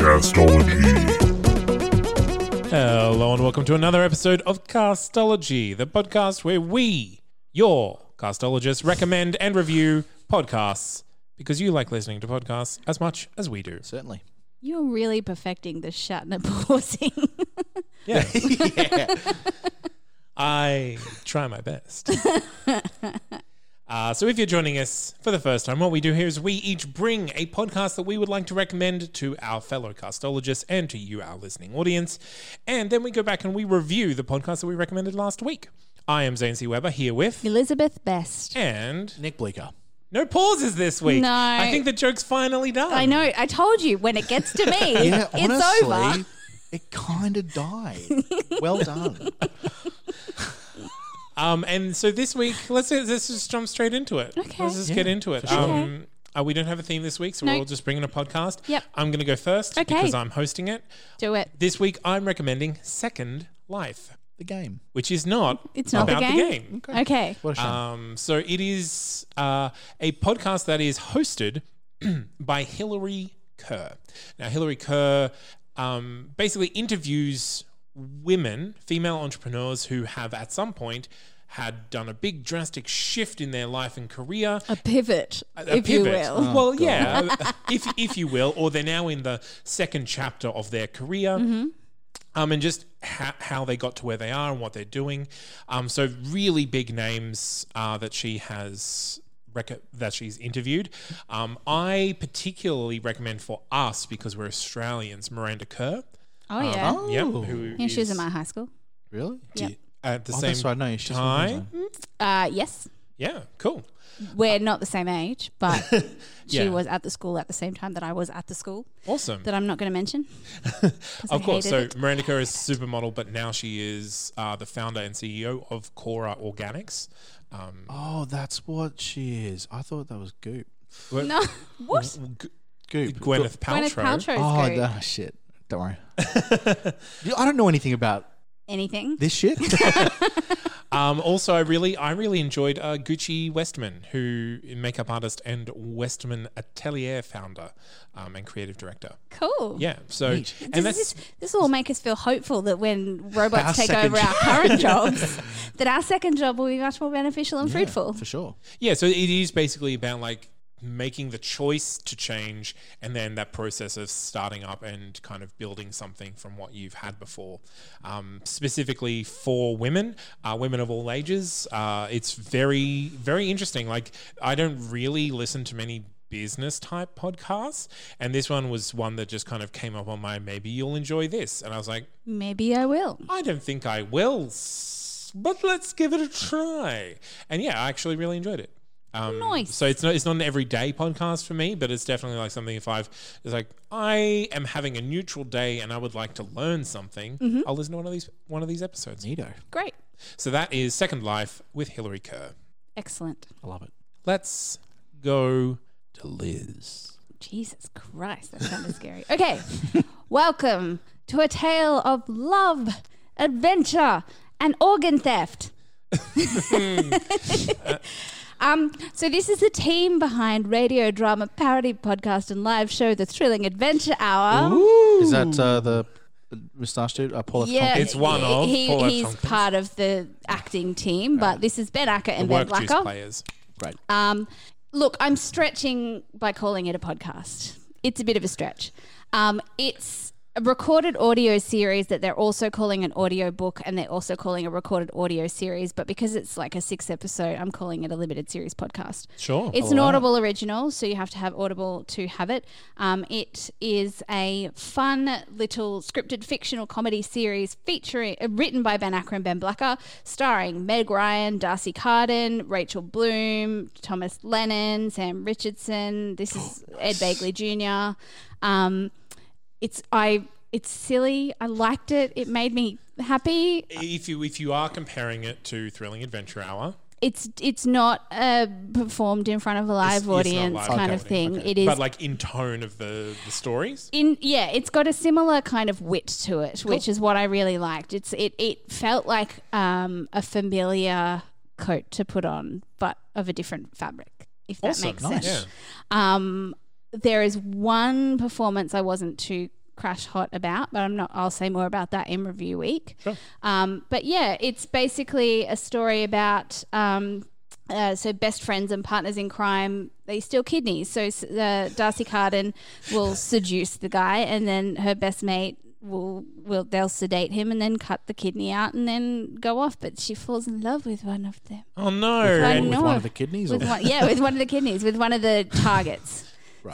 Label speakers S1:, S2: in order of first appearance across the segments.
S1: Castology.
S2: Hello and welcome to another episode of Castology, the podcast where we, your castologists, recommend and review podcasts because you like listening to podcasts as much as we do.
S3: Certainly.
S4: You're really perfecting the Shatner pausing.
S2: Yeah. I try my best. Uh, so, if you're joining us for the first time, what we do here is we each bring a podcast that we would like to recommend to our fellow castologists and to you, our listening audience. And then we go back and we review the podcast that we recommended last week. I am Zane C. Weber here with.
S4: Elizabeth Best.
S2: And
S3: Nick Bleeker.
S2: no pauses this week.
S4: No.
S2: I think the joke's finally done.
S4: I know. I told you when it gets to me, it's over.
S3: it kind of died. well done.
S2: Um, and so this week, let's let's just jump straight into it. Okay. Let's just get into it. Um, uh, we don't have a theme this week, so we're
S4: No.
S2: all just bringing a podcast.
S4: Yep.
S2: I'm going to go first
S4: Okay.
S2: because I'm hosting it.
S4: Do it.
S2: This week, I'm recommending Second Life,
S3: The game.
S2: which is not
S4: It's not the
S2: about
S4: game?
S2: The game.
S4: Okay.
S3: What a shame.
S2: Um, so it is uh, a podcast that is hosted by Hillary Kerr. Now, Hillary Kerr um, basically interviews women, female entrepreneurs who have at some point had done a big drastic shift in their life and career
S4: A pivot,
S2: a
S4: if you
S2: pivot. Oh.
S4: will.
S3: Oh,
S2: well, yeah, if if you will, or they're now in the second chapter of their career.
S4: Mm-hmm.
S2: Um, and just how, how they got to where they are and what they're doing. Um, so really big names uh, that she has rec- that she's interviewed. Um, I particularly recommend for us because we're Australians, Miranda Kerr.
S4: Oh, yeah.
S3: Oh,
S2: Yep, who
S4: yeah, she was
S2: is
S4: in my high school.
S3: really?
S4: Yep.
S2: at the
S3: Oh,
S2: same
S3: that's right. No, yeah, she's from
S2: time.
S4: Uh, yes.
S2: Yeah, cool.
S4: We're not the same age, but
S2: Yeah.
S4: she was at the school at the same time that I was at the school
S2: Awesome.
S4: that I'm not going to mention.
S2: Of
S4: I
S2: course. So
S4: hated
S2: Miranda Kerr is supermodel, but now she is uh, the founder and CEO of Cora Organics. Um,
S3: Oh, that's what she is. I thought that was Goop.
S2: but-
S4: No. What?
S2: G-
S3: Goop.
S2: Gwyneth
S4: Gwyneth
S2: Paltrow.
S4: Paltrow's
S3: Oh,
S4: group.
S3: no, shit. Don't worry. You- I don't know anything about
S4: Anything?
S3: this shit.
S2: Um, also, I really, I really enjoyed uh, Gucci Westman, who makeup artist and Westman Atelier founder um, and creative director.
S4: Cool.
S2: Yeah. So,
S3: Neat.
S2: and
S4: Does
S2: that's
S4: this, this will make us feel hopeful that when robots
S3: Our
S4: take
S3: second
S4: over our current jobs, that our second job will be much more beneficial and fruitful.
S3: For sure.
S2: yeah. So it is basically about like making the choice to change, and then that process of starting up and kind of building something from what you've had before. Um, specifically for women, uh, women of all ages, uh, it's very, very interesting. Like I don't really listen to many business type podcasts, and this one was one that just kind of came up on my maybe you'll enjoy this, and I was like.
S4: Maybe I will.
S2: I don't think I will, s- but let's give it a try. And yeah, I actually really enjoyed it. Um,
S4: Nice.
S2: So it's not it's not an everyday podcast for me, but it's definitely like something if I've it's like I am having a neutral day and I would like to learn something, I'll listen to one of these one of these episodes.
S3: Neato.
S4: Great.
S2: So that is Second Life with Hillary Kerr.
S4: Excellent.
S3: I love it.
S2: Let's go.
S3: To Liz.
S4: Jesus Christ, that sounded scary. Okay. Welcome to a tale of love, adventure, and organ theft. um, so this is the team behind radio drama parody podcast and live show The Thrilling Adventure Hour.
S3: Is that uh, the moustache dude? Uh, Paul F. Tompkins?
S2: It's one of
S4: he,
S2: Paul F.
S4: he's
S2: Tompkins.
S4: part of the acting team, but this is Ben Acker and
S2: Work
S4: Ben
S2: juice
S4: Blacker.
S2: players.
S3: Great.
S4: Um, look, I'm stretching by calling it a podcast. It's a bit of a stretch. Um, it's a recorded audio series that they're also calling an audio book and they're also calling a recorded audio series. But because it's like a six episode, I'm calling it a limited series podcast.
S2: Sure.
S4: It's an Audible original, so you have to have Audible to have it. Um, it is a fun little scripted fictional comedy series featuring uh, written by Ben Acker and Ben Blacker, starring Meg Ryan, Darcy Carden, Rachel Bloom, Thomas Lennon, Sam Richardson. This is Ed Bagley Jr. Um, it's I. It's silly. I liked it. It made me happy.
S2: If you if you are comparing it to Thrilling Adventure Hour,
S4: It's it's not uh, performed in front of a live
S2: it's not
S4: audience
S2: live
S4: kind of
S2: recording,
S4: thing.
S2: okay.
S4: It is
S2: but like in tone of the the stories.
S4: in yeah it's got a similar kind of wit to it which is what i really liked it's it it felt like um a familiar coat to put on but of a different fabric if that
S2: Awesome.
S4: makes
S3: Nice.
S4: sense um there is one performance i wasn't too crash hot about but i'm not i'll say more about that in review week um but yeah it's basically a story about um uh, so best friends and partners in crime they steal kidneys so s- uh, darcy carden will seduce the guy and then her best mate will will they'll sedate him and then cut the kidney out and then go off but she falls in love with one of them
S2: Oh no!
S4: I
S3: With
S4: know.
S3: one of the kidneys? Or
S4: with one, yeah with one of the kidneys with one of the targets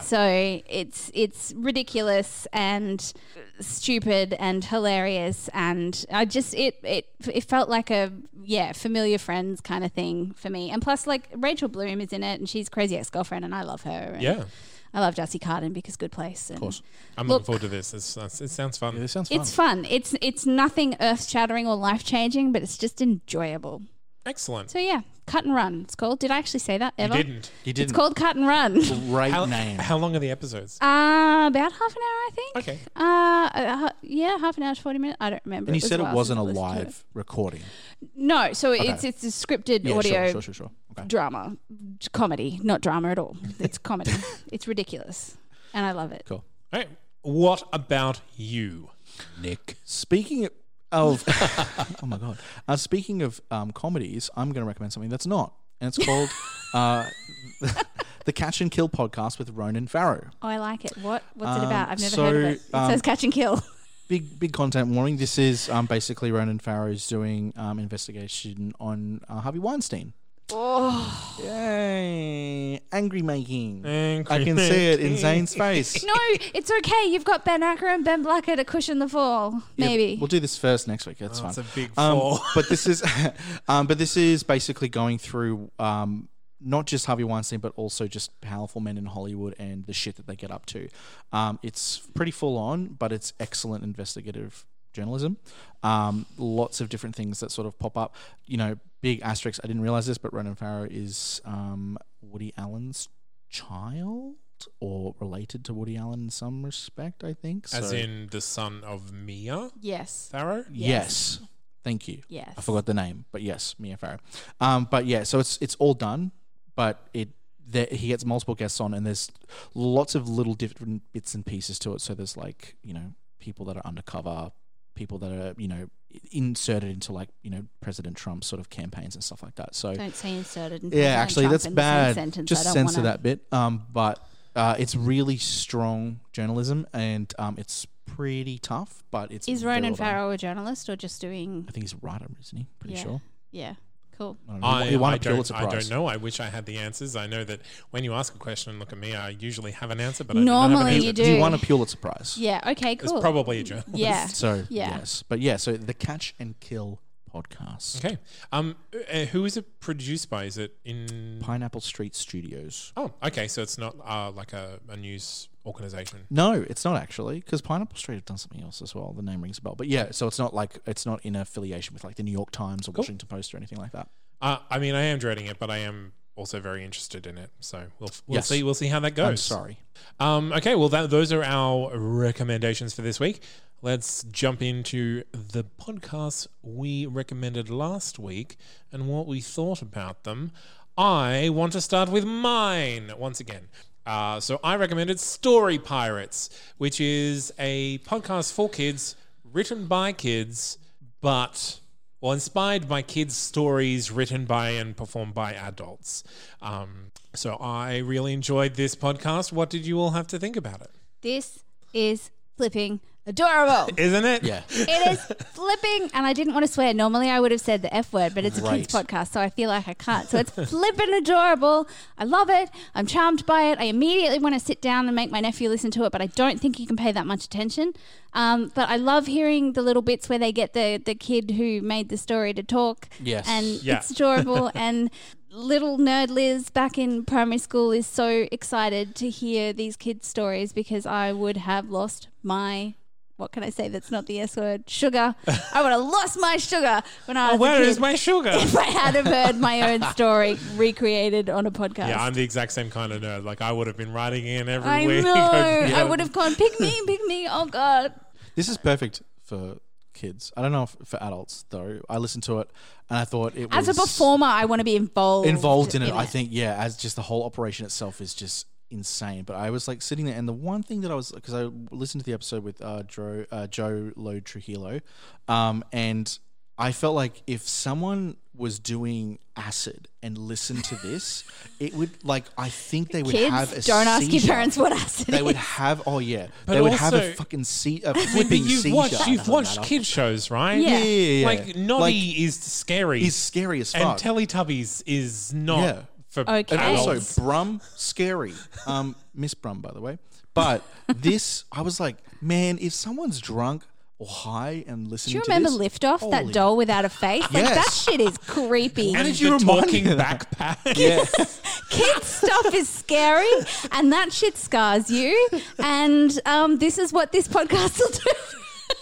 S4: so it's it's ridiculous and stupid and hilarious and I just it it it felt like a yeah familiar friends kind of thing for me and plus like Rachel Bloom is in it and she's crazy ex girlfriend and I love her and
S2: yeah,
S4: I love Darcy Carden because good place and of course
S2: I'm
S4: Look-
S2: looking forward to this. It's, it's- it sounds fun.
S3: Yeah, this sounds fun.
S4: it's fun it's it's nothing earth shattering or life changing but it's just enjoyable
S2: Excellent.
S4: so yeah cut and run it's called did I actually say that
S2: You
S4: ever
S2: didn't.
S3: you
S4: it's
S3: didn't.
S4: called cut and run.
S3: Great
S2: How,
S3: name.
S2: how long are the episodes?
S4: Uh, about half an hour, I think.
S2: Okay.
S4: Uh, uh, hu- yeah, half an hour to forty minutes. I don't remember.
S3: and you
S4: was
S3: said
S4: a
S3: it
S4: while
S3: wasn't a
S4: since I listened to
S3: live recording.
S4: it. No, so it's it's a scripted
S3: Yeah,
S4: audio
S3: sure, sure, sure, sure. Okay.
S4: drama, comedy, not drama at all. It's comedy. it's ridiculous, and I love it.
S3: Cool.
S2: All right. What about you?
S3: Nick. Speaking of, oh my god. Uh, speaking of um, comedies, I'm going to recommend something that's not, and it's called uh, the Catch and Kill podcast with Ronan Farrow.
S4: Oh, I like it. What what's it
S3: Um,
S4: about? I've never
S3: so,
S4: heard of it. It
S3: um,
S4: says catch and kill.
S3: Big big content warning. This is um, basically Ronan Farrow's doing um, investigation on uh, Harvey Weinstein. Oh, yay! Angry making. I can see it in Zane's face.
S4: no, it's okay. You've got Ben Acker and Ben Blacker to cushion the fall.
S3: Yeah,
S4: Maybe.
S3: we'll do this first next week. That's fine.
S2: It's Oh, a big
S3: Um,
S2: fall.
S3: but this is, um, but this is basically going through um, not just Harvey Weinstein, but also just powerful men in Hollywood and the shit that they get up to. Um, it's pretty full on, but it's excellent investigative journalism. Um, lots of different things that sort of pop up. You know, big asterisks. I didn't realize this, but Ronan Farrow is um, Woody Allen's child. Or related to Woody Allen in some respect, I think.
S2: As
S3: So-
S2: in the son of Mia
S4: yes.
S2: Farrow?
S3: Yes. Thank you.
S4: Yes.
S3: I forgot the name, but yes, Mia Farrow. Um, but yeah, so it's it's all done, but it there, he gets multiple guests on, and there's lots of little different bits and pieces to it. So there's like you know people that are undercover, people that are you know inserted into like you know President Trump sort of campaigns and stuff like that. So
S4: Don't say inserted. And
S3: yeah, actually,
S4: Trump
S3: that's
S4: in the same
S3: bad.
S4: Sentence. I
S3: Just
S4: don't
S3: censor
S4: wanna-
S3: that bit. Um, but uh, it's really strong journalism, and um, it's pretty tough. But it's
S4: Is
S3: very
S4: Ronan
S3: well done.
S4: Farrow a journalist or just doing?
S3: I think he's a writer, isn't he? Pretty
S4: Yeah.
S3: sure.
S4: Yeah, cool.
S3: I don't know. He
S2: I,
S3: won- he won
S2: I
S3: a
S2: don't,
S3: Pulitzer
S2: I
S3: Prize.
S2: don't know. I wish I had the answers. I know that when you ask a question and look at me, I usually have an answer, but I do not have an
S4: Normally
S2: answer.
S4: you do.
S3: He won a Pulitzer Prize.
S4: Yeah. Okay.
S2: It's
S4: Cool.
S2: probably a journalist.
S4: Yeah.
S3: So
S4: Yeah.
S3: yes, but yeah. So the Catch and Kill podcast,
S2: Okay. Um, uh, who is it produced by? Is it in?
S3: Pineapple Street Studios.
S2: Oh, okay. So it's not uh, like a, a news organization.
S3: No, it's not actually because Pineapple Street have done something else as well. The name rings a bell, but yeah. So it's not like it's not in affiliation with like the New York Times or Washington Post or anything like that.
S2: Uh, I mean, I am dreading it, but I am also very interested in it. So we'll we'll
S3: Yes.
S2: see we'll see how that goes.
S3: I'm sorry.
S2: Um, okay. Well, that, those are our recommendations for this week. Let's jump into the podcasts we recommended last week and what we thought about them. I want to start with mine once again. Uh, so I recommended Story Pirates, which is a podcast for kids, written by kids, but well, inspired by kids' stories written by and performed by adults. Um, so I really enjoyed this podcast. What did you all have to think about it?
S4: This is flipping Adorable.
S2: Isn't it?
S3: Yeah.
S4: It is flipping, and I didn't want to swear. Normally, I would have said the F word, but it's a kids'
S3: Right.
S4: podcast, so I feel like I can't. So it's flipping adorable. I love it. I'm charmed by it. I immediately want to sit down and make my nephew listen to it, but I don't think you can pay that much attention. Um, but I love hearing the little bits where they get the the kid who made the story to talk.
S3: Yes.
S4: and
S2: Yeah.
S4: it's adorable and. Little nerd Liz back in primary school is so excited to hear these kids' stories because I would have lost my what can I say that's not the S word? Sugar. I would have lost my sugar when I was.
S2: Oh,
S4: a
S2: where
S4: kid
S2: is my sugar?
S4: If I had have heard my own story recreated on a podcast.
S2: Yeah, I'm the exact same kind of nerd. Like I would have been writing in every
S4: I
S2: week.
S4: know.
S2: I'd-
S4: I would have gone, pick me, pick me. Oh, God.
S3: This is perfect for kids. I don't know if for adults though. I listened to it and I thought it
S4: As a
S3: was
S4: performer, I want to be involved.
S3: involved in it. I think yeah, as just the whole operation itself is just insane. But I was like sitting there, and the one thing that I was because I listened to the episode with uh, Joe uh, Joe Lo Trujillo, um, and I felt like if someone was doing acid and listened to this, it would like I think they would have a
S4: Kids, don't ask your
S3: seizure.
S4: parents what acid
S3: They
S4: is.
S3: would have oh yeah, they would have
S2: also-
S3: a fucking see a flipping
S2: You've
S3: seizure.
S2: watched, you've
S3: Something
S2: watched
S3: like that.
S2: kid shows, right?
S4: Yeah. Yeah,
S3: yeah, yeah.
S2: Like Noddy
S3: Like,
S2: is scary.
S3: is scary as
S2: And
S3: fuck.
S2: Teletubbies is not
S3: Yeah.
S2: for
S4: Okay.
S3: And
S4: Adults.
S3: also Brum, scary. Um, Miss Brum, by the way. But this, I was like, man, if someone's drunk or high and
S4: Do
S3: listening,
S4: you
S3: to
S4: remember
S3: this,
S4: Liftoff, that
S3: holy-
S4: doll without a face? Like, that
S3: Yes.
S4: shit is creepy.
S3: How did
S2: And
S3: you
S2: the
S3: remind
S2: talking
S3: me of that?
S2: backpack.
S3: Yeah,
S4: kids stuff is scary and that shit scars you and um, this is what this podcast will do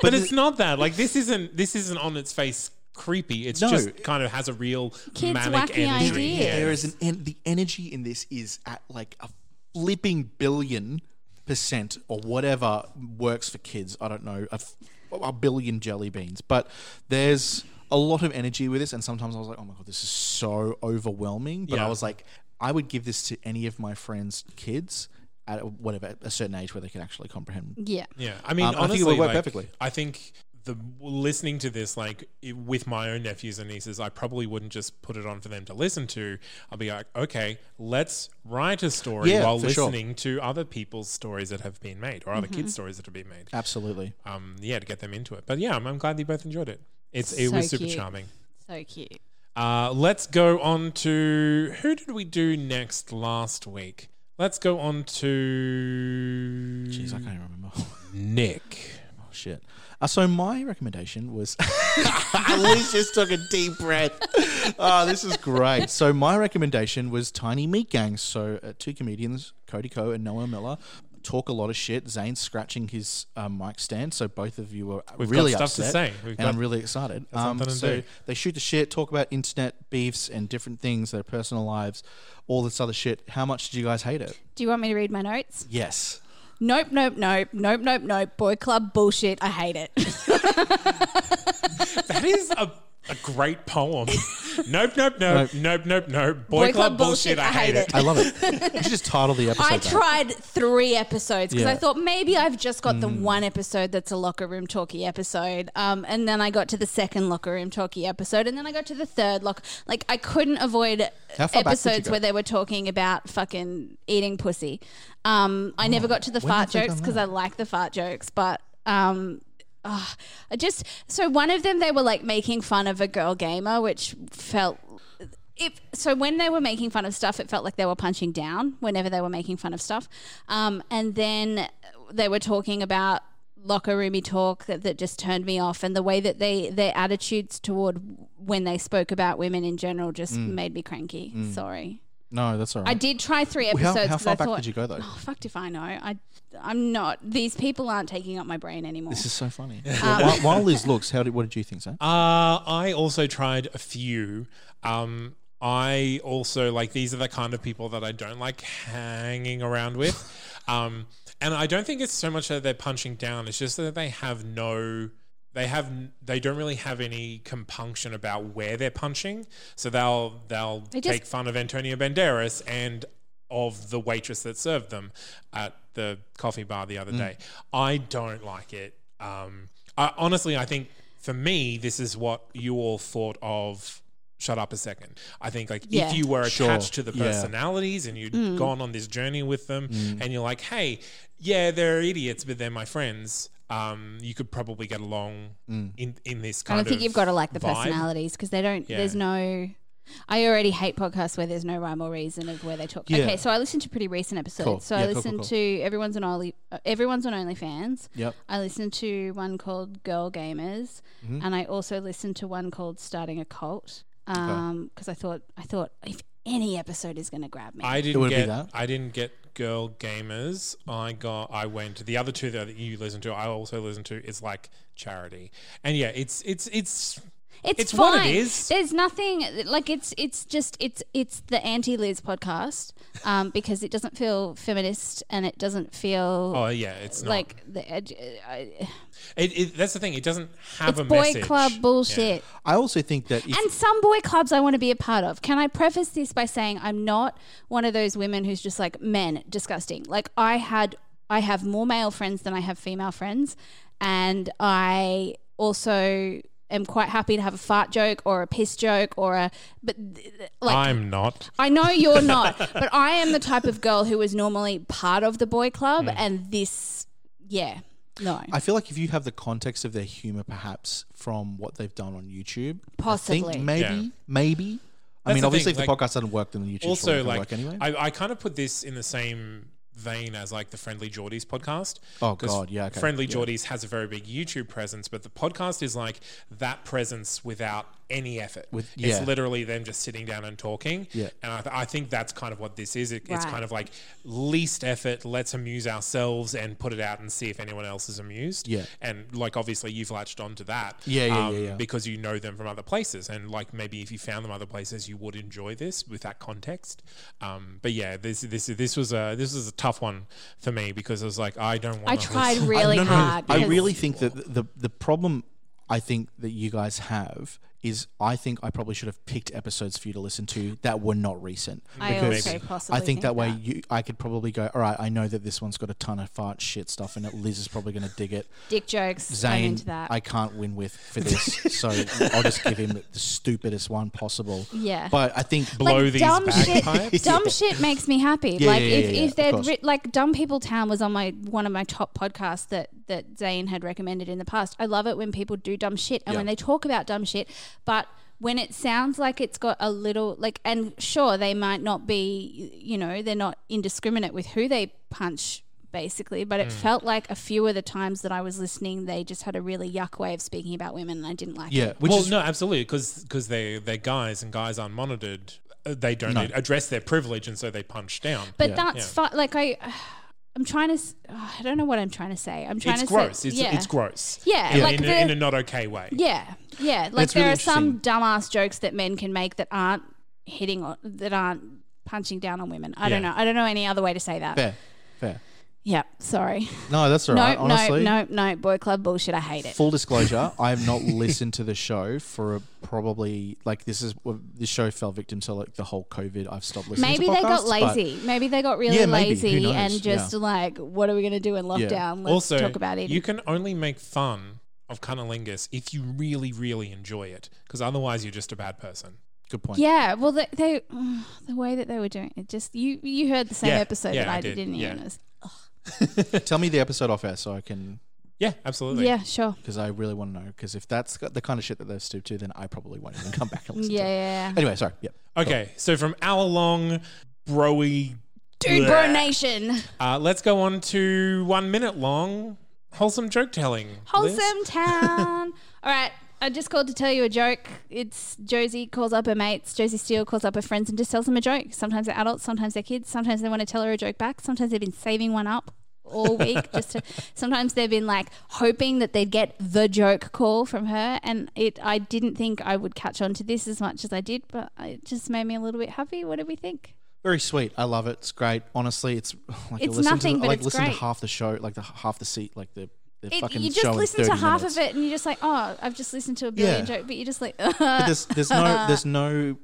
S2: but it's not that. Like this isn't this isn't on its face creepy. It's
S3: No.
S2: just kind of has a real
S4: Kids'
S2: manic
S4: wacky
S2: energy.
S4: ideas.
S2: Yeah.
S3: there is an en- the energy in this is at like a flipping billion percent or whatever works for kids. I don't know a, f- a billion jelly beans, but there's a lot of energy with this. And sometimes I was like, oh my god, this is so overwhelming. But
S2: Yeah.
S3: I was like, I would give this to any of my friends' kids at whatever a certain age where they can actually comprehend.
S4: yeah
S2: Yeah, I mean,
S3: Um, I think it
S2: honestly,
S3: would work
S2: like,
S3: perfecttly.
S2: I think the listening to this, like it, with my own nephews and nieces, I probably wouldn't just put it on for them to listen to. I'll be like, okay, let's write a story
S3: Yeah,
S2: while
S3: for sure.
S2: listening to other people's stories that have been made or other
S4: Mm-hmm.
S2: kids' stories that have been made.
S3: Absolutely.
S2: Um, yeah, to get them into it. But yeah, I'm, I'm glad you both enjoyed it. It's it
S4: So
S2: was super
S4: cute.
S2: charming.
S4: so cute
S2: Uh, let's go on to who did we do next last week? Let's go on to
S3: Jeez, I can't even remember.
S2: Nick.
S3: Oh shit. Uh, so my recommendation was Liz just took a deep breath. Oh, this is great. So my recommendation was Tiny Meat Gang. So uh, two comedians, Cody Ko and Noah Miller, talk a lot of shit. Zane's scratching his uh, mic stand, so both of you are
S2: We've got
S3: really
S2: stuff to
S3: upset,
S2: say. We've
S3: and
S2: got-
S3: I'm really excited. Um,
S2: something to
S3: so
S2: do.
S3: they shoot the shit, talk about internet beefs and different things, their personal lives, all this other shit. How much did you guys hate it?
S4: do you want me to read my notes
S3: Yes.
S4: nope nope nope nope nope nope boy club bullshit i hate it
S2: That is a, a great poem. nope, nope, nope, nope, nope, nope. Boy,
S4: Boy
S2: club,
S4: Club
S2: bullshit.
S4: bullshit,
S2: I hate it.
S3: I love it. You should just title the episode.
S4: i
S3: that.
S4: tried three episodes because i
S3: Yeah. Mm.
S4: thought maybe i've just got the one episode that's a locker room talkie episode um, and then i got to the second locker room talkie episode and then i got to the third lock like i couldn't avoid
S3: How far back did you
S4: episodes
S3: go?
S4: where they were talking about fucking eating pussy. Um, I never got to the
S3: when have
S4: fart
S3: they
S4: jokes
S3: done
S4: because
S3: that?
S4: I like the fart jokes, but um, ah, I just so one of them they were like making fun of a girl gamer, which felt. If, so when they were making fun of stuff, it felt like they were punching down whenever they were making fun of stuff. Um, and then they were talking about locker roomy talk that, that just turned me off and the way that they their attitudes toward when they spoke about women in general just
S3: Mm.
S4: made me cranky. Sorry.
S3: No, that's all right.
S4: I did try three
S3: How-
S4: episodes.
S3: how
S4: 'cause
S3: far
S4: I
S3: back
S4: thought,
S3: did you go, though?
S4: Oh, fucked if I know. I, I'm not. These people aren't taking up my brain anymore.
S3: This is so funny. while, while Liz looks, how did, what did you think, Sam?
S2: Uh, I also tried a few. Um, I also like these are the kind of people that I don't like hanging around with. Um, and I don't think it's so much that they're punching down. It's just that they have no, they have, n- they don't really have any compunction about where they're punching. So they'll they'll
S4: just-
S2: take fun of Antonio Banderas and of the waitress that served them at the coffee bar the other
S3: Mm.
S2: day. I don't like it. Um, I, honestly, I think for me, this is what you all thought of. Shut up a second. I think like
S4: Yeah. Mm.
S2: if you were
S3: Sure.
S2: attached to the
S3: Yeah. Mm.
S2: personalities and you had gone on this journey with them, and you're like, hey, yeah, they're idiots, but they're my friends. um, you could probably get along
S3: Mm.
S2: in in this
S4: I
S2: kind
S4: don't think
S2: of
S4: you've got to like the
S2: vibe.
S4: personalities because they don't.
S2: Yeah.
S4: There's no. I already hate podcasts where there's no rhyme or reason of where they talk.
S3: Yeah.
S4: Okay, so I listened to pretty recent episodes.
S3: Cool.
S4: So
S3: Yeah,
S4: I
S3: cool, cool,
S4: listened
S3: cool.
S4: to everyone's on only uh, everyone's on OnlyFans.
S3: Yep.
S4: I listened to one called Girl Gamers,
S3: Mm-hmm.
S4: and I also listened to one called Starting a Cult because I thought I thought if any episode is going to grab me,
S2: I
S3: It
S2: didn't
S3: would be
S2: get.
S3: that.
S2: I didn't get girl gamers. I got. I went. The other two that you listen to, I also listen to. Is like charity, and yeah, it's it's it's.
S4: It's,
S2: It's
S4: fine.
S2: what it is.
S4: There's nothing like it's. It's just it's it's the anti Liz podcast um, because it doesn't feel feminist and it doesn't feel
S2: Oh yeah, it's not.
S4: like the edge. I-
S2: it, it, that's the thing. It doesn't have
S4: It's
S2: a
S4: boy
S2: message.
S4: club
S2: Yeah.
S4: bullshit.
S3: I also think that if
S4: And some boy clubs I want to be a part of. Can I preface this by saying I'm not one of those women who's just like men disgusting. Like I had I have more male friends than I have female friends and I also am quite happy to have a fart joke or a piss joke or a but th- th- like
S2: I'm not.
S4: I know you're not, but I am the type of girl who was normally part of the boy club and this yeah, no.
S3: I feel like if you have the context of their humor, perhaps from what they've done on YouTube, I
S4: Possibly.
S3: think maybe,
S2: Yeah.
S3: maybe. I
S2: That's
S3: mean,
S2: the
S3: obviously,
S2: thing,
S3: if
S2: like-
S3: the podcast doesn't work, then the YouTube
S2: also
S3: will
S2: like
S3: work anyway.
S2: I, I kind of put this in the same vein as like the Friendly Geordies podcast.
S3: Oh,
S2: 'Cause
S3: God, yeah, okay,
S2: Friendly
S3: yeah.
S2: Geordies has a very big YouTube presence, but the podcast is like that presence without any effort.
S3: With-
S2: It's
S3: yeah.
S2: literally them just sitting down and talking.
S3: Yeah.
S2: And I, th- I think that's kind of what this is. It, It's
S4: Right.
S2: kind of like least effort. Let's amuse ourselves and put it out and see if anyone else is amused.
S3: Yeah.
S2: And like obviously you've latched onto that. Um,
S3: Yeah, yeah, yeah, yeah.
S2: Because you know them from other places, and like maybe if you found them other places, you would enjoy this with that context. Um, but yeah, this this this was a this was a tough one for me because I was like, I don't want.
S4: I tried really
S3: no, no, no.
S4: hard.
S3: I
S4: because-
S3: really think that the, the the problem I think that you guys have is I think I probably should have picked episodes for you to listen to that were not recent.
S4: I
S3: Because
S4: also possibly
S3: I think
S4: think
S3: that way
S4: that.
S3: you I could probably go, all right, I know that this one's got a ton of fart shit stuff in it. Liz is probably gonna dig it.
S4: dick jokes. I'm
S3: Zane,
S4: into that.
S3: I can't win with for this, so I'll just give him the stupidest one possible.
S4: Yeah.
S3: but I think
S2: Blow these
S4: shit,
S2: bagpipes?
S4: dumb shit makes me happy.
S3: Yeah,
S4: like
S3: yeah,
S4: if,
S3: yeah, yeah,
S4: if
S3: of
S4: they're
S3: course.
S4: ri- like dumb people town was on my one of my top podcasts that that Zane had recommended in the past. I love it when people do dumb shit and when they talk about dumb shit, but when it sounds like it's got a little like and sure they might not be you know they're not indiscriminate with who they punch basically but
S3: Mm.
S4: it felt like a few of the times that i was listening they just had a really yuck way of speaking about women and i didn't like
S3: yeah,
S4: it
S3: which
S2: well,
S3: is
S2: no, absolutely, because they they're guys and guys aren't monitored. Uh, They don't address their privilege, and so they punch down.
S4: But
S3: Yeah.
S4: that's fi- like I, I'm trying to. s- I don't know what I'm trying to say. I'm trying
S2: it's
S4: to
S2: gross.
S4: say
S2: it's,
S4: yeah.
S2: it's gross.
S4: Yeah,
S2: In,
S4: like
S2: in,
S4: the-
S2: a, in a not okay way.
S4: Yeah, yeah. Like
S3: That's
S4: there
S3: really
S4: are some dumbass jokes that men can make that aren't hitting on that aren't punching down on women. I don't
S2: Yeah.
S4: know. I don't know any other way to say that.
S3: fair, fair.
S4: Yeah. Sorry.
S3: No, that's all
S4: No,
S3: right. honestly,
S4: no, no, no. Boy club bullshit. I hate it.
S3: Full disclosure, I have not listened to the show for a, probably like this is this show fell victim to like the whole COVID. I've stopped listening.
S4: Maybe
S3: to
S4: they got
S3: podcasts, but-
S4: lazy. Maybe they got really
S3: Yeah, maybe. Who
S4: lazy
S3: knows?
S4: and just
S3: Yeah.
S4: like, what are we going to do in lockdown? Let's
S2: also,
S4: talk about it.
S2: you can only make fun of cunnilingus if you really, really enjoy it, because otherwise you're just a bad person.
S3: Good point.
S4: Yeah, well, they, they the way that they were doing it, just you you heard the same
S2: Yeah,
S4: episode
S2: yeah,
S4: that I,
S2: I
S4: did,
S2: did,
S4: didn't you?
S2: yeah.
S4: And it was-
S3: Tell me the episode off air so I can
S2: Yeah, absolutely.
S4: Yeah, sure.
S3: because I really want to know. Because if that's got the kind of shit that they've stooped to, then I probably won't even come back and listen.
S4: Yeah,
S3: To it.
S4: yeah, yeah.
S3: Anyway, sorry. Yeah.
S2: Okay, so from hour long, broy,
S4: Dude, Bro Nation,
S2: uh, let's go on to one minute long wholesome joke telling. Liz.
S4: wholesome town. All right. I just called to tell you a joke. It's Josie calls up her mates. Josie Steele calls up her friends and just tells them a joke. Sometimes they're adults, sometimes they're kids. Sometimes they want to tell her a joke back. Sometimes they've been saving one up all week. just to, sometimes they've been like hoping that they'd get the joke call from her. And it, I didn't think I would catch on to this as much as I did, but it just made me a little bit happy. What do we think?
S3: Very sweet. I love it. It's great. Honestly, it's like I
S4: It's
S3: listen
S4: nothing,
S3: to,
S4: but
S3: like
S4: it's
S3: listen
S4: great.
S3: to half the show, like the half the seat, like the, the
S4: It,
S3: fucking
S4: you
S3: show
S4: just
S3: in
S4: listen to
S3: 30
S4: half
S3: minutes.
S4: of it and you're just like, oh, I've just listened to a billion
S3: Yeah.
S4: joke, but you're just like,
S3: But there's
S4: uh,
S3: there's no there's no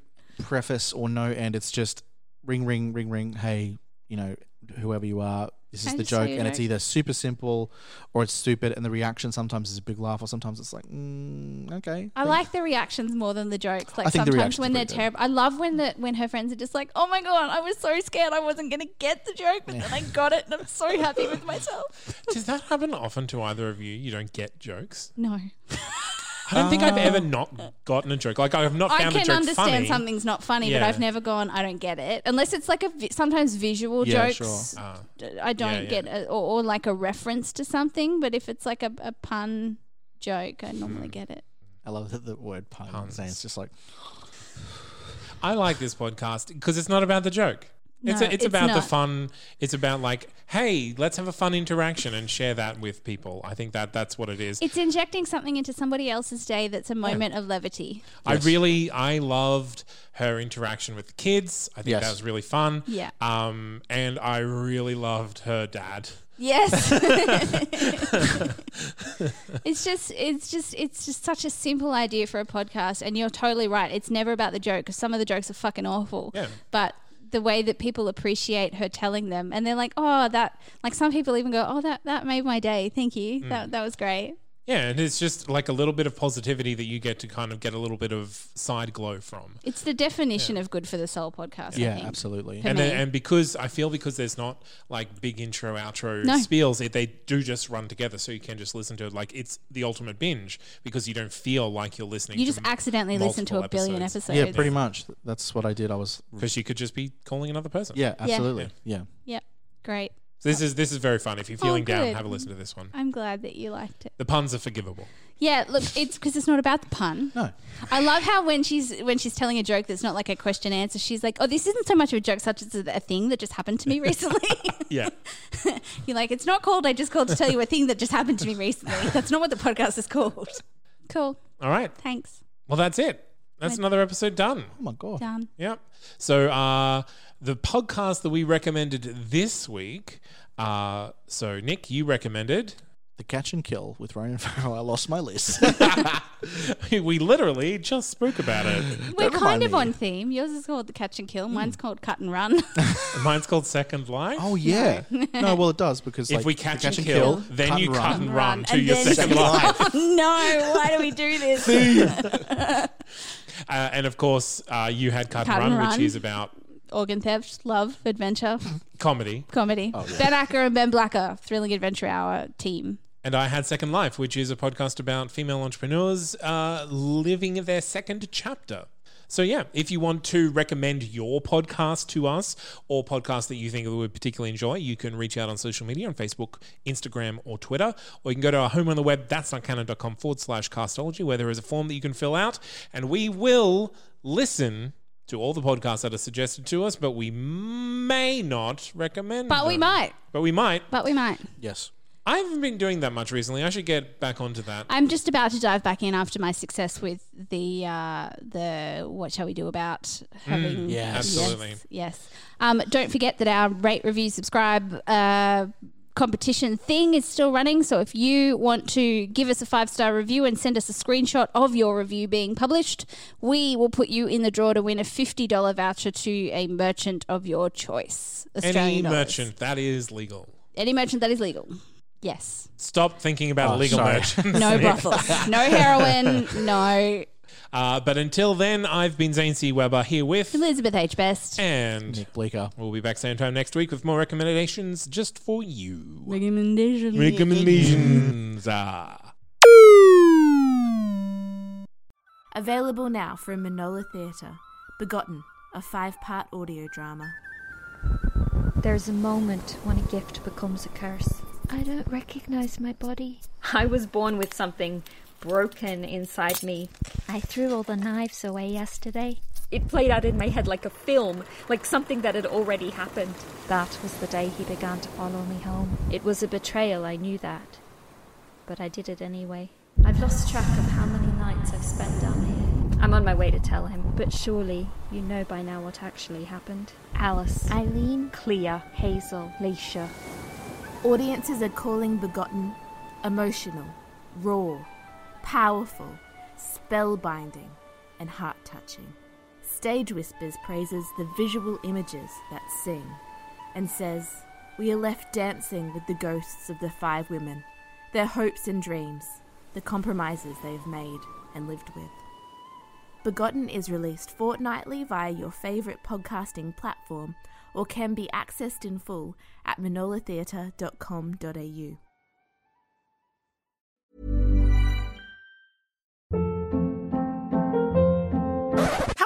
S3: preface or no end. It's just ring ring ring ring. Hey, you know whoever you are, This is
S4: Okay,
S3: the
S4: just so
S3: joke,
S4: you
S3: and
S4: know.
S3: it's either super simple or it's stupid, and the reaction sometimes is a big laugh, or sometimes it's like, mm, okay.
S4: I like the reactions more than the jokes. Like
S3: I think the reactions
S4: sometimes
S3: are
S4: when they're
S3: pretty good.
S4: terrible, I love when the when her friends are just like, "Oh my god, I was so scared I wasn't going to get the joke, but then I got it, and I'm so happy with myself."
S2: Does that happen often to either of you? You don't get jokes.
S4: No,
S2: I don't think I've ever not gotten a joke. Like I have not
S4: Um, I
S2: found a
S4: can
S2: joke
S4: understand
S2: funny.
S4: something's not funny, but
S2: Yeah.
S4: I've never gone, "I don't get it," unless it's like a vi- sometimes visual
S3: Yeah,
S4: jokes.
S3: sure.
S4: I don't
S2: Uh, yeah, yeah.
S4: get, a, or, or like a reference to something. But if it's like a, a pun joke, I normally
S3: Hmm.
S4: get it.
S3: I love that the word pun.
S2: Puns.
S3: saying It's just like
S2: I like this podcast because it's not about the joke. it's
S4: No,
S2: a, it's,
S4: it's
S2: about the
S4: not.
S2: fun. It's about like, hey, let's have a fun interaction and share that with people. I think that that's what it is.
S4: It's injecting something into somebody else's day that's a moment of levity.
S2: I really I loved her interaction with the kids. I think
S3: Yes.
S2: that was really fun.
S4: Yeah.
S2: Um, and I really loved her dad.
S4: Yes. it's just it's just it's just such a simple idea for a podcast and you're totally right. It's never about the joke cuz some of the jokes are fucking awful.
S2: Yeah.
S4: But the way that people appreciate her telling them and they're like, "Oh, that like some people even go, "Oh, that that made my day. Thank
S2: Mm.
S4: you. That that was great."
S2: Yeah, and it's just like a little bit of positivity that you get to kind of get a little bit of side glow from.
S4: It's the definition of good for the soul podcast, I
S3: yeah,
S4: think.
S3: absolutely.
S4: For
S2: and
S4: me.
S2: then, and because I feel because there's not like big intro outro
S4: No.
S2: spiels, it, they do just run together, so you can just listen to it. Like it's the ultimate binge because you don't feel like you're listening.
S4: You
S2: to
S4: just accidentally listen to a billion episodes.
S3: Yeah, pretty much. That's what I did. I was
S2: because you could just be calling another person.
S3: yeah, absolutely. Yeah.
S4: Yep. Great.
S2: this is this is very fun. If you're feeling down,
S4: Oh, good.
S2: have a listen to this one.
S4: I'm glad that you liked it.
S2: The puns are forgivable.
S4: Yeah, look, it's because it's not about the pun.
S3: No.
S4: I love how when she's when she's telling a joke that's not like a question answer, she's like, "Oh, this isn't so much of a joke, such as a thing that just happened to me recently."
S2: Yeah,
S4: You're like, "It's not called. I just called to tell you a thing that just happened to me recently. That's not what the podcast is called." Cool.
S2: all right.
S4: Thanks.
S2: Well, that's it. That's another episode done.
S3: Oh my god.
S4: Done.
S2: Yep. So uh, the podcast that we recommended this week. Uh, so Nick, you recommended.
S3: The catch and kill with Ronan Farrow. I lost my list.
S2: we literally just spoke about it.
S4: We're
S3: remind
S4: kind of
S3: me.
S4: on theme. Yours is called the catch and kill. Mine's called cut and run.
S2: Mine's called Second Life.
S3: oh yeah. no, well it does because
S2: if
S3: like,
S2: we
S3: the
S2: catch, and kill, then you
S3: and
S2: cut
S3: run.
S2: and run, to
S4: And
S2: your
S4: then-
S2: second life.
S4: oh no! Why do we do this?
S2: Uh, and of course, uh, you had cut,
S4: Cut
S2: and
S4: and
S2: run,
S4: Run.
S2: which is about
S4: Organ theft, love, adventure,
S2: comedy,
S4: comedy.
S2: Oh,
S4: Ben Acker and Ben Blacker, thrilling adventure hour team.
S2: and I had Second Life, which is a podcast about female entrepreneurs uh, living their second chapter. So yeah, if you want to recommend your podcast to us or podcasts that you think we would particularly enjoy, you can reach out on social media on Facebook, Instagram, or Twitter, or you can go to our home on the web, that's not canon.com forward slash castology, where there is a form that you can fill out, and we will listen to all the podcasts that are suggested to us, but we may not recommend.
S4: But we
S2: them.
S4: might.
S2: But we might.
S4: But we might.
S3: Yes.
S2: I haven't been doing that much recently. I should get back onto that.
S4: I'm just about to dive back in after my success with the uh, the what shall we do about having
S3: yes.
S2: Mm, Absolutely.
S4: yes, yes. Um, don't forget that our rate review subscribe. Uh, competition thing is still running so if you want to give us a five star review and send us a screenshot of your review being published we will put you in the draw to win a $50 voucher to a merchant of your choice Australian
S2: Any
S4: dollars.
S2: merchant that is legal.
S4: any merchant that is legal yes
S2: Stop thinking about illegal
S3: Oh, sorry.
S2: merchants.
S4: no brothels no heroin no
S2: Uh, but until then, I've been Zane C. Weber here with,
S4: Elizabeth H. Best.
S2: and
S3: Nick Bleeker.
S2: we'll be back same time next week with more recommendations just for you.
S4: Recommendation.
S2: Recommendations. Ah.
S1: Available now from Manola Theatre. Begotten, a five part audio drama.
S5: There's a moment when a gift becomes a curse. I don't recognize my body.
S6: I was born with something broken inside me.
S5: I threw all the knives away yesterday.
S6: It played out in my head like a film, like something that had already happened.
S5: That was the day he began to follow me home. It was a betrayal, I knew that. But I did it anyway. I've lost track of how many nights I've spent down here.
S6: I'm on my way to tell him, but surely you know by now what actually happened. Alice,
S5: Eileen,
S6: Clea,
S5: Hazel, Leisha.
S1: Audiences are calling Begotten emotional, raw, powerful, spellbinding, and heart touching. Stage Whispers praises the visual images that sing and says, we are left dancing with the ghosts of the five women, their hopes and dreams, the compromises they have made and lived with. Begotten is released fortnightly via your favourite podcasting platform or can be accessed in full at manolatheatre.com.au.